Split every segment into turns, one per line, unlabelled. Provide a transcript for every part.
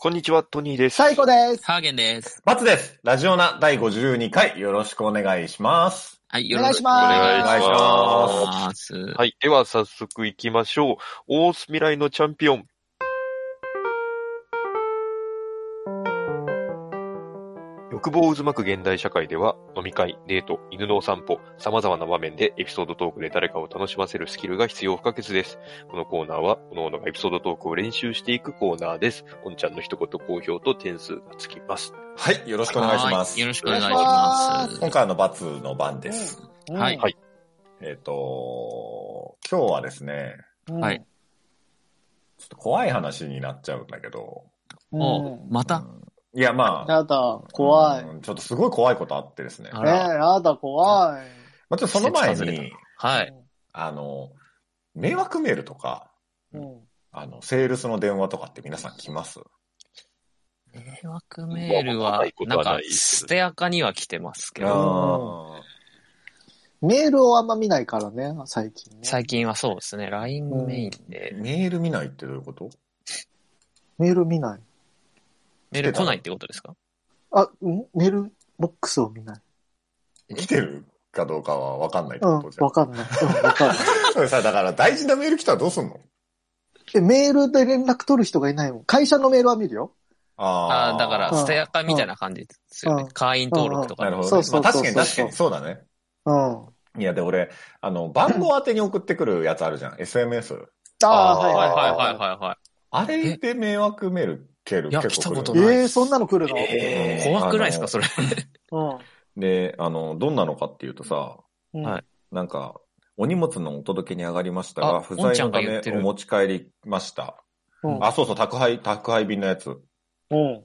こんにちは、トニーです。
最後です。
ハーゲンです。
バツです。ラジオナ第52回、よろしくお願いします。
はい、
お願いします
お願いし
お願いし
ます。は
はい。では、早速行きましょう。オース未来のチャンピオン。欲望を渦巻く現代社会では、飲み会、デート、犬のお散歩、様々な場面でエピソードトークで誰かを楽しませるスキルが必要不可欠です。このコーナーは、各々がエピソードトークを練習していくコーナーです。おんちゃんの一言好評と点数がつきます。
はい、よろしくお願いします
よ。ろしくお願いしま
今
す。
回のバツの番です。
はい
うん
はい
えっ、と、今日はですね、
はい。
ちょっと怖い話になっちゃうんだけど。
うん
おうま
う
た
んいや、まあ。
やだ、怖い。ね
うんちょっとすごい怖いことあってですね。
あ
え、
ま
ら
やだ、怖い。
あ、ちょっとその前
季節外
に、
はい。
あの、迷惑メールとか、
うん。
あの、セールスの電話とかって皆さん来ます
迷惑メールは、なんか、捨て垢には来てますけ
あ
ど、
ーメールをあんま見ないからね、最近ね。
最近はそうですね、LINE メインで、
メール見ないってどういうこと
メール見ない。
メール来ないってことですか
あ、うんメールボックスを見ない。
来てるかどうかは分かんないって
う
こ
ん
と、じゃん
わかんない。うん、わか んない。
それさ、だから大事なメール来たらどうすんの
え、メールで連絡取る人がいないもん。会社のメールは見るよ。
あ
ああ、だから、
うん
捨て垢みたいな感じですよね
うん。
会員登録と
な
か
る
で。
ほど、ね。
そうそう
まあ
そう
確
そ
か
う
に確かにそうだね。
うん。あ
いや、で、俺、あの、番号宛てに送ってくるやつあるじゃん。SMS。
あ
あ
ー、
ー
はい
は
はいい
はい
は
はいいはいは
あれで迷惑メール来る。
いや
結構来る
来たこと
え
ない
えーそんなの来るの、
い。怖くないですか、それ。
うん
で、あの、どんなのかっていうとさ、
うん。
はい
なんか、お荷物のお届けに上がりました
あ
が、不在のた
おんちゃんが言
め
ってる
お持ち帰りました。
うん
あ、そうそう、宅配、宅配便のやつ。
うん。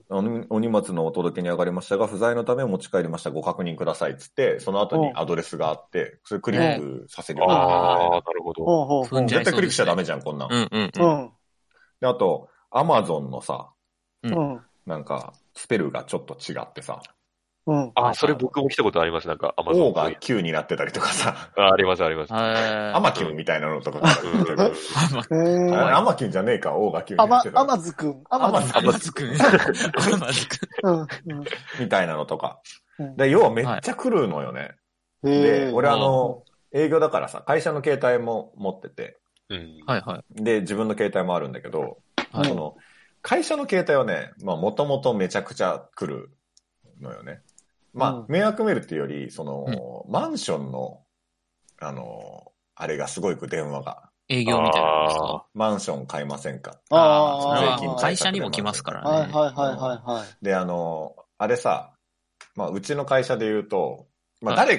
おお荷物のお届けに上がりましたが、不在のため持ち帰りました。ご確認くださいっつって、その後にアドレスがあって、それクリックさせるようになってる
あ
ね
あ、なるほど。
ほうほうほ
踏
う。
んじゃい
絶
そうですね
対クリックしちゃダメじゃん、こんなん。
うんうん
う
うん。
ん。
で、あと、アマゾンのさ、
うん。
なんか、スペルがちょっと違ってさ、
うん。
ああ、それ僕も来たことあります。なんか、アマゾ
O
ン。
が9になってたりとかさ、
ああります、あります。
は
アマキュンみたいなのとかが
うんうんうん
え
あれ
ー、
アマキュンじゃねえか、O が9に
あ
なっ
ま
て、た
あ
り
まずくん。あまず
アマズくん。 アマズくん。
くん。うん。うん
みたいなのとか
うん。
で、要はめっちゃ来るのよね。
へ
で、
ー
俺あの、営業だからさ、会社の携帯も持ってて、
うん。
はいはい。
で、自分の携帯もあるんだけど、
はい
その、会社の携帯はね、まあ、もともとめちゃくちゃ来るのよね。ま
うん
あ、迷惑メールっていうより、その、マンションの、あの、あれがすごいく電話が、
営業みたいなのです
あ
か
マンション買いませんか
そ
あ
れ
ー
税金
は会社にも来ますから
はい
ね。
はいはいはいはい。
で、あの、あれさ、まあ、うちの会社で言うと、まあ、
は
誰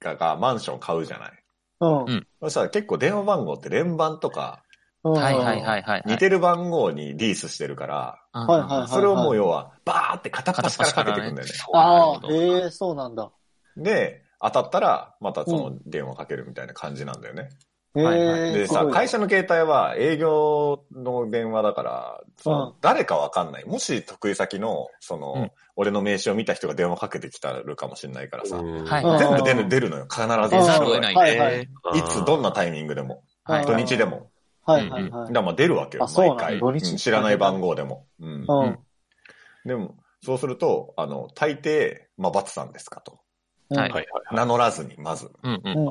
かがマンション買うじゃない。
うん
うん
そしたら結構電話番号って連番とか、
うん
はいはいはいはい。
似てる番号にリースしてるから、
はい
はいはい
それをもう要は、バーって片っ端からかけてくんだよね。
ああ、
なるほど
ええそうなんだ。
で、当たったら、またそうの電話かけるみたいな感じなんだよね。
ええ
はいは
でさ、会社の携帯は営業の電話だから、その
うん
誰かわかんない。もし得意先の、その、
うん
俺の名刺を見た人が電話かけてきたるかもしれないからさ、
はい
うん
全部出る出るのよ、必ず。
出ざるを得ない
はいはい
ね。
いつ、どんなタイミングでも。
はい
土日でも。
はいはいはい
だか。らまあ出るわけよ
あ、そうな
毎
んだ
回。
土
う
日
ん知らない番号でも。うん
うん。
でも、そうすると、あの、大抵、まあ、バツさんですかと。
うん
はい
はいはい。
名乗らずに、まず。
うんうん。
うん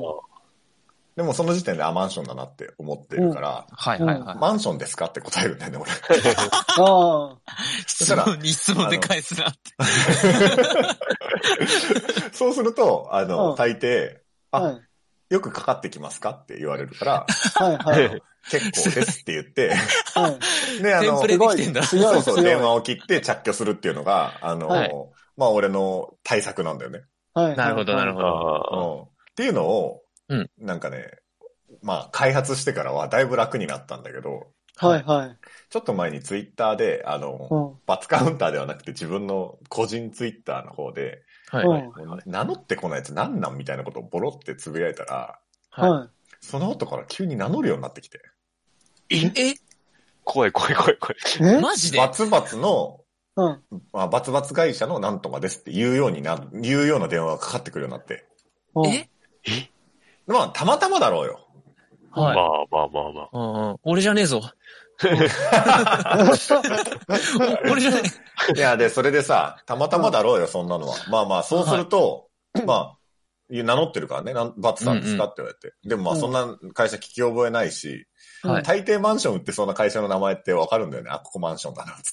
でもその時点で、あ、マンションだなって思ってるから、
はいはいはい。
マンションですかって答えるんだよね、俺。
あ
質問に質問で返すな。
そうすると、あの、
うん
大抵、
あ。
あ
はい
よくかかってきますかって言われる から、
はいはいはい。
結構ですって言って、
はい
で、あ
テン
の
プ、レできてんだ。
強
そ
いう
そう、電
強い。
話を切って着去するっていうのが、あの、
はい
まあ、俺の対策なんだよね。
はい
なるほどなるほ
あ
ど
う
あ。
ん。っていうのを、
うん
なんかね、まあ、開発してからはだいぶ楽になったんだけど、
ど。はいはい。
ちょっと前にツイッターで、あの、
うん。
バツカウンターではなくて自分の個人ツイッターの方で、
は
うん。
名乗ってこないやつなんなんみたいなことをボロってつぶやいたら、
は
はい。
その後から急に名乗るようになってきて、
い。え
怖い怖い怖い怖い。
え
マジで
バツバツの、
うん。
まあ、バツバツ会社のなんとかですって言うようにな、言うような電話がかかってくるようになって。
うん
え
まあ、たまたまだろうよ。
まあ
は
まあまあまあ。
い。うんうん。俺じゃねえぞ。俺じゃない。
いや、で、それでさ、たまたまだろうよ、そんなのは。まあまあ、そうすると、まあ、名乗ってるからね、なんバツさんですかって言われて。でもまあ、
うん
そんな会社聞き覚えないし、
はい
大抵マンション売ってそうな会社の名前ってわかるんだよね。あ、ここマンションだな、つって。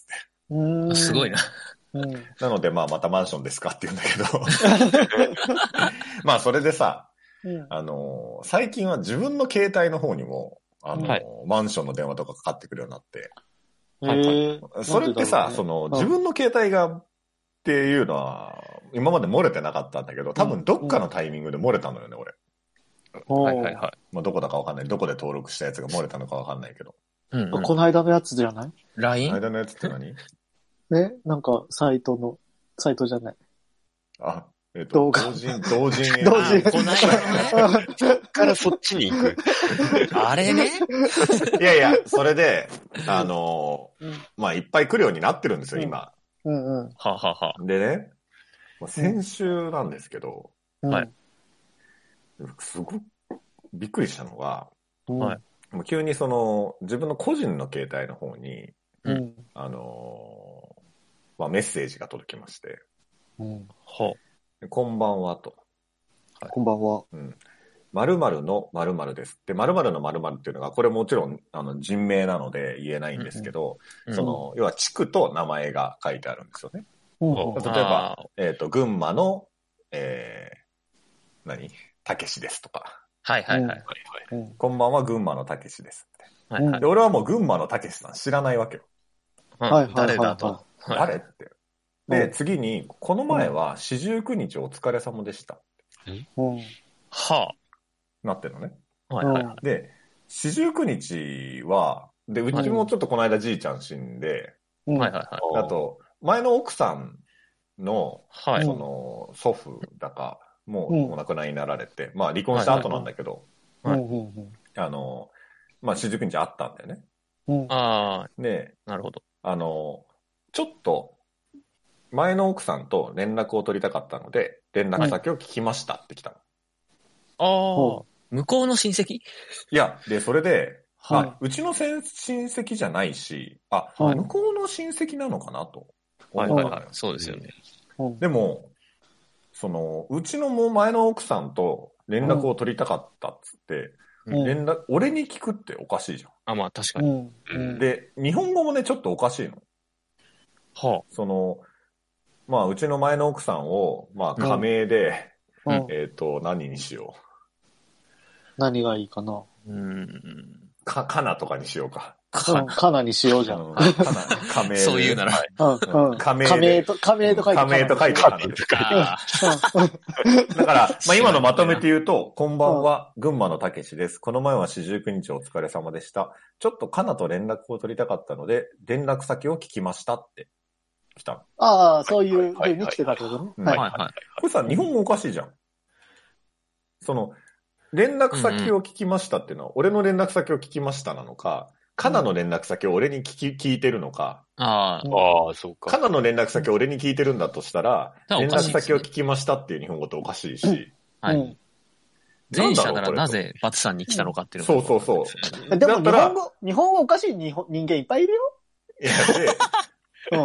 う
すごい
な。
な。
うん
なので、まあ、またマンションですかって言うんだけど。 まあ、それでさ、
うん
あのー最近は自分の携帯の方にも、あのー
はい
マンションの電話とかかかってくるようになって。
はいはい
へー
それってさ、
なんでだろうね
その、
ん
自分の携帯がっていうのは、今まで漏れてなかったんだけど、多分どっかのタイミングで漏れたのよね、俺。
はいはいはい。
まあ、どこだかわかんない。どこで登録したやつが漏れたのかわかんないけど。
うん
お
う
ー
ん
この間のやつじゃない
LINE?
間のやつって何
ねなんか、サイトの、サイトじゃない。
あ、えっ、と、
動
同
画
人、同人
同時
あこないだね。
からそっちに行く。
あれね。
いやいや、それで、あの ー
うん
まあ、いっぱい来るようになってるんですよ、今。
うんうん
はあはあはあ。
でね、まあ先週なんですけど、
うん。
はい
すごくびっくりしたのが、
うん。
はい
もう急にその、自分の個人の携帯の方に、
うん。
あのーまあ、メッセージが届きまして、
うん
は
でこんばんはと。
こんばんは。
うん。〇〇の〇〇です。で、〇〇の〇〇っていうのが、これもちろん、あの、人名なので言えないんですけど、
あ。
その、要は地区と名前が書いてあるんですよね。
うん
お
例え
うん、
ば
あー、
えっ、と、群馬の、えー、何たけしですとか。
はいはいはい。
うん
こんばんは、群馬のたけしです。
はいはい
で、俺はもう群馬のたけしさん知らないわけよ。
うん
はいはいはいはい
誰だと。はい
誰って。で、
うん
次に、この前は四十九日お疲れ様でした。
うん。
は
なってるのね。
あ。はいはいうは
ん
い。
で、四十九日は、で、うちもちょっとこの間じいちゃん死んで、
うん
はいはいはい。
あと、前の奥さんの、
はい。
その、祖父だか、もうお亡くなりになられて、まあ離婚した後なんだけど、
うんうん
あの、まあ、四十九日あったんだよね。
うんうん。
あ
で、
あ、なるほど。
あの、ちょっと、前の奥さんと連絡を取りたかったので、連絡先を聞きましたって来たの。
ああ
ほ、
向こうの親戚
いや、で、それで、
はい
あうちの先親戚じゃないし、あ、
はい
向こうの親戚なのかなと
は
思
い
っ
はい
たのよ。
はい。そうですよね。
うん
でも、その、うちのもう前の奥さんと連絡を取りたかったっつって、
うん
連絡、俺に聞くっておかしいじゃ
あ、まあ確か
う
に。
んうん
ん。で、日本語もね、ちょっとおかしいの。
は
その、まあ、うちの前の奥さんを、まあ、
うん
仮名で、
うん
えっ、と、何にしよう。
何がいいかな。
あ。うん。
か、かなとかにしようか。
う
か
ん、カナにしようじゃん。
うんかな、仮名で。
そういうなら。
うん、うん。
仮名で
と、仮名と書いて。
仮名と書いて
カ
か
ナ
な
仮名
あー
だから、まあ、今のまとめて言うと、こんばんは、群馬のたけしです。この前は四十九日お疲れ様でした。ちょっとかなと連絡を取りたかったので、連絡先を聞きましたって。来たの。
ああ、そういう風に来てたってことね。
はい
はいはい。
これさ、日本語おかしいじゃん。その、連絡先を聞きましたっていうのは、俺の連絡先を聞きましたなのか、カナの連絡先を俺に聞き、聞いてるのか、
ああ、
ああ、そう
カ
か。
ナの連絡先を俺に聞いてるんだとしたら、
うん
連絡先を聞きましたっていう日本語っておかしいし、
は
う
い
ん。
前者なら
なんだろうこれ
なぜバツさんに来たのかっていうの
そう
も
そうそう。
で
だ
も
っ
日
た
本
ら、
語、日本語おかしい日本人間いっぱいいるよ。
いやで
うん。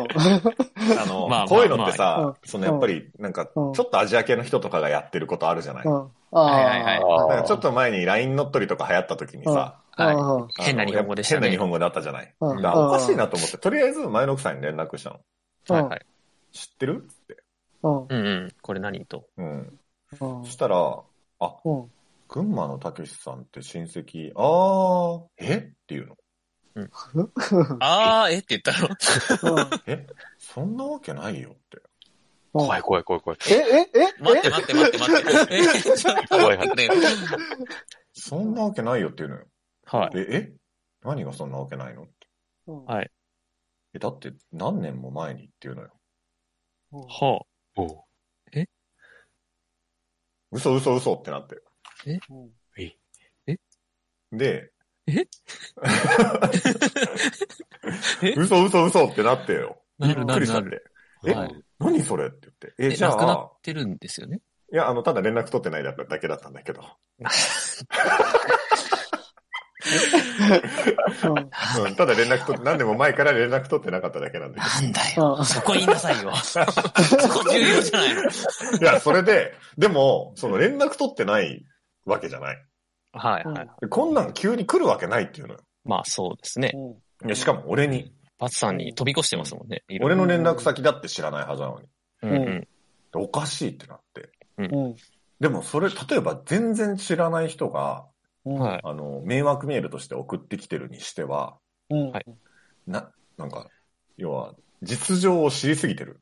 あの、
まあまあ
こういうのってさ、
まあうん
そのやっぱり、なんか、ち
う
ょ
ん
っとアジア系の人とかがやってることあるじゃない。
う。
なん
あ
はいはいはい
あ。
んかちょっと前に LINE 乗っ取りとか流行った時にさ、
う
はい
ん
あの
変な日本語でしたね
変な日本語だったじゃない。
うん
だからおかしいなと思って、とりあえず前の奥さんに連絡したの。
うん
はいはい。
知ってるって。
うん。
うんうん。これ何と。
うん。
うん
そしたら、あ、
うん。
群馬のたけしさんって親戚、あー、えっていうの。
ああ、えって言ったの
えそんなわけないよって。
怖い怖い怖い怖い。
え、え、え、
待って待って待って待 って。え、ちょっと待って。
そんなわけないよっていうのよ。
はい。
でえ何がそんなわけないのって。
うん
はい
え、だって何年も前にっていうのよ。
うん
は
おう
嘘嘘嘘ってなって。
うん
で、
ええ
嘘嘘嘘ってなってよ。
あ。なる
びっ
な
くり
る
した
な
っ
る。
て。え、
はい
何それって言って。え、
え、
じゃ
なくな
あ
っ、てるんですよね。
いや、あの、ただ 連絡取ってないだけだったんだけど。
うん
うん、ただ連絡取って、何年も前から連絡取ってなかっただけなんだ
なんだよ。
うん
そこ言いなさいよ。 そこ重要じゃないの。
けど。いや、それで、でも、その連絡取ってないわけじゃない。
はい
うん
はい。
でこんなん急に来るわけないっていうのよ。
まあそうですね。
うん
いや、しかも俺に。
パツさんに飛び越してますもんね。いろい
俺
ろ
の連絡先だって知らないはずなのに。
うんうん。
でおかしいってなって。
うん
でもそれ、例えば全然知らない人が、
うん
はい。
あの、迷惑メールとして送ってきてるにしては、
うん
はい
な、なんか、要は、実情を知りすぎてる。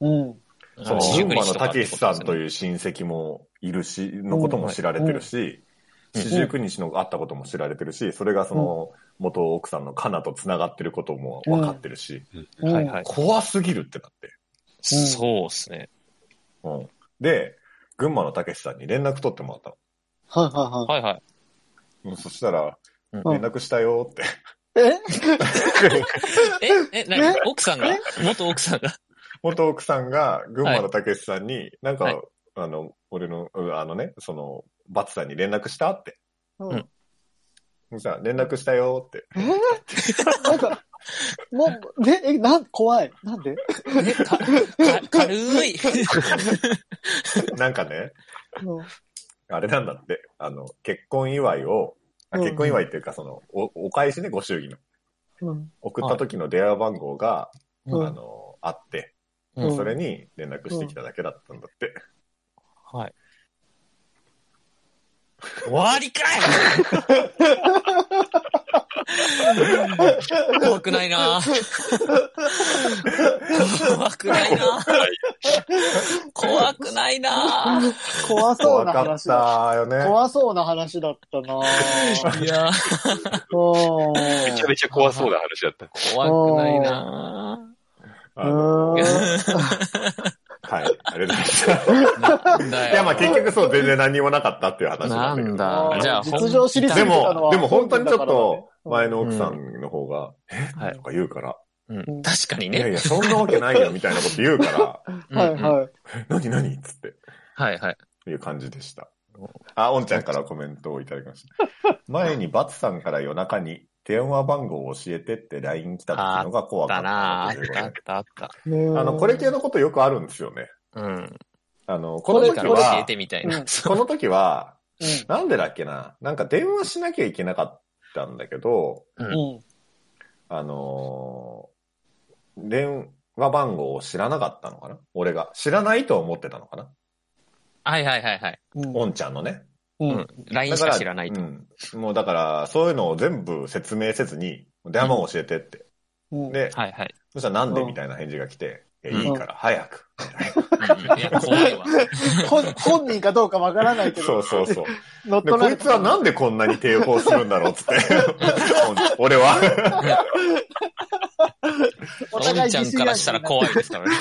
うん
そ
あ
の、群馬のたけしさん
四十九日とか
と
って
いう親戚もいるし、のことも知られてるし、
うん
四十九日の会ったことも知られてるし、それがその、元奥さんのカナと繋がってることも分かってるし、
ことですよねはい
うん
はい。
怖すぎるってなって。
そうですね。
うん。で、群馬のたけしさんに連絡取ってもらった
はいは
はいはい。
の。うんそしたら、
うん
連絡したよって。
いはい。
え、え、な
え
奥さんが元奥さんが
元奥さんが群馬のたけしさんに、なんか、
はい
あの、俺の、うあのね、その、バツさんに連絡したって。
うん
さ連絡したよって。
えなんか、もう、ね、え、なん、怖い。なんで
えかか軽い。
なんかね、
うん
あれなんだって、あの、結婚祝いを、あ
うん
結婚祝いっていうか、その、お、お返しね、ご祝儀の。
うん。
送った時の電話番号が、
うん
あの、あって、
うん
それに連絡してきただけだったんだって。
はい。終わりかい怖くないな怖くないな怖くないな
怖そう
怖
な
かっ
話だ。
たよね。
怖そうな話だったなぁ。
いや
うん
めちゃめちゃ怖そうな話だった。
怖くないな
あの
うーん
はい。ありがとうござい ました。
なんだよ。
いや、まあ結局そう、全然何もなかったっていう話
な
なんだけど
んだ。じゃあ、
実情知りすぎ
で
てたの
も
は、
でも本当にちょっと、前
の。
の奥さんの方が、
はい
と。か言うから、
うん確かに
いやい
ね。
や、そんなわけないよ、みたいなこと言うから、
はい
うんうん
はい。
え何何っつって、
はいはい。
いう感じでした。あ、おんちゃんからコメントをいただきました。前にバツさんから夜中に電話番号を教えてって LINE 来た時のが怖か
だ
った
なあ
な
っ
ということ
たあっ
で。
たあった。
あ
あ
の、これ系のことよくあるんですよね。
うん。
あの、こ
こ
の
れ
時
から教え
は、
てみたいな。
うん
この時は、
う
なんでだっけな、なんか電話しなきゃいけなかったんだけど、
ん。うん。
あのー電話番号を知らなかったのかな俺が。知らないと思ってたのかな
はいはいはいはい。
おんちゃんのね。
うん。う
うんん。LINE しか知らないと。
うんもうだから、そういうのを全部説明せずに、電話番号教えてって。
うん。
で、
はいはい。
そしたらなんで
うん
みたいな返事が来て、い
ん
やいいから早く。
うんいや、怖いわ。
本本人かどうかわからないけど。
そうそ うそう。
乗っ取
で、こ
られ
いつはなんでこんなに抵抗するんだろうっつって。おん俺は。
お
お
互
ん
い
ちゃん
自信
か
ある
らしたら怖いですからね。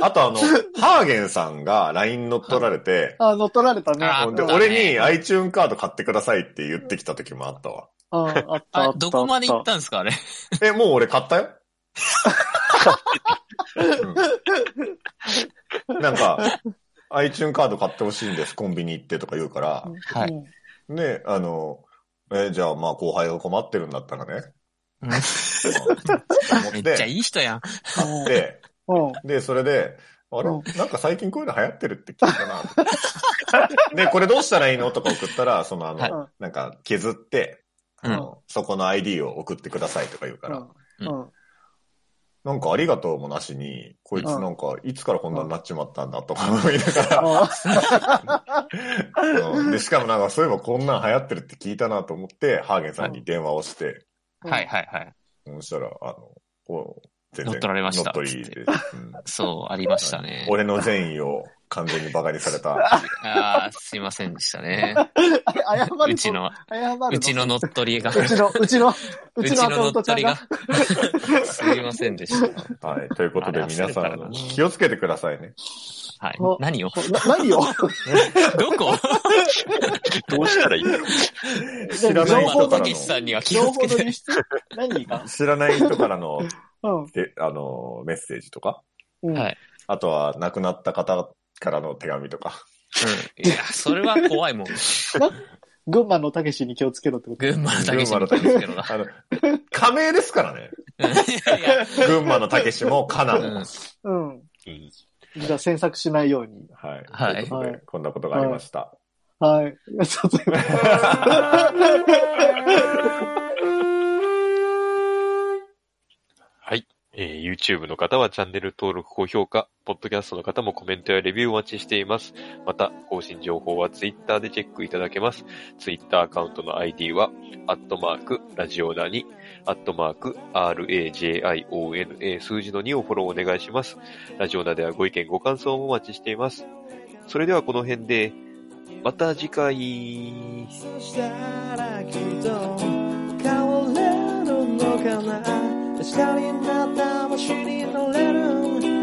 あとあの、ハーゲンさんが LINE 乗っ取られて、
あ、乗っ取られたね。
あ
で
ったね
俺に iTune カード買ってくださいって言ってきた時もあったわ。
ああったあったあ
あ
った。
どこまで行ったんですかあれ。
え、もう俺買ったよ。うんなんか、iTune カード買ってほしいんです、コンビニ行ってとか言うから。
はい
うん。
ね、あの、え、じゃあまあ後輩が困ってるんだったらね。
うんめ
思
っ
っ
ちゃ
て、
いい人やん。
で、
うん。
で、それで、あれ
うん
なんか最近こういうの流行ってるって聞いたな。で、これどうしたらいいのとか送ったら、そのあの、
はい
なんか削って、あのそこの ID を送ってくださいとか言うから、
うん。うん。
なんかありがとうもなしに、こいつ
うん
なんかいつからこんなになっちまったんだとか 思いなが
あ
ら、うんで、しかもなんかそういえばこんなん流行ってるって聞いたなと思って、ハーゲンさんに電話をして、
うん
はいはいはい。
そしたら、あの、こう全然
乗っ取られました
乗っ取りでうん
そう、ありましたね。
俺の善意を完全に馬鹿にさ れた。
ああ、すいませんでした ね。
あ謝るの
うちの、
謝るの
うちの乗っ取り
う
が。
ちの、うちの、う
う
ち
ち
のアカウ
の
ン
乗
ト
っ
ちゃん
取り
が
が。。 すいませんでした。
はい。ということで
あれ忘
皆
れ
さ、
たらなん
気をつけてくださいね。
はい
お。
何を
な何よ
どこ
どうしたらいいんだろう。
知らない
情報
人か
の
ら
たけしさんには気を
情
つ
報
け
の
て
流。出何が
の、知らない人か らの、
うん
であの、メッセージとか、
うん。
はい
あとは亡く なった方からの手紙とか。
うん。いや、それは怖いもん。
群馬のたけしに気をつけろってこと。
群馬のたけしに気をつけろな。
あの、仮名ですからね。
いやいや、
群馬のたけしもカナ
う
も。
ん
う
う
ん。
ん。
じゃあ、詮索しないように。
はい。
はい
とうことでこんなことがありました。
はい。ありがとうございます
えー YouTube の方はチャンネル登録、高評価、Podcast の方もコメントやレビューをお待ちしています。また、更新情報は Twitter でチェックいただけます。Twitter アカウントの ID は、アットマーク、ラジオナに、アットマーク、RAJIONA 数字の2をフォローお願いします。ラジオナではご意見、ご感想もお待ちしています。それではこの辺で、また次回。
そしたらきっと変われるのかな明日になった星になれる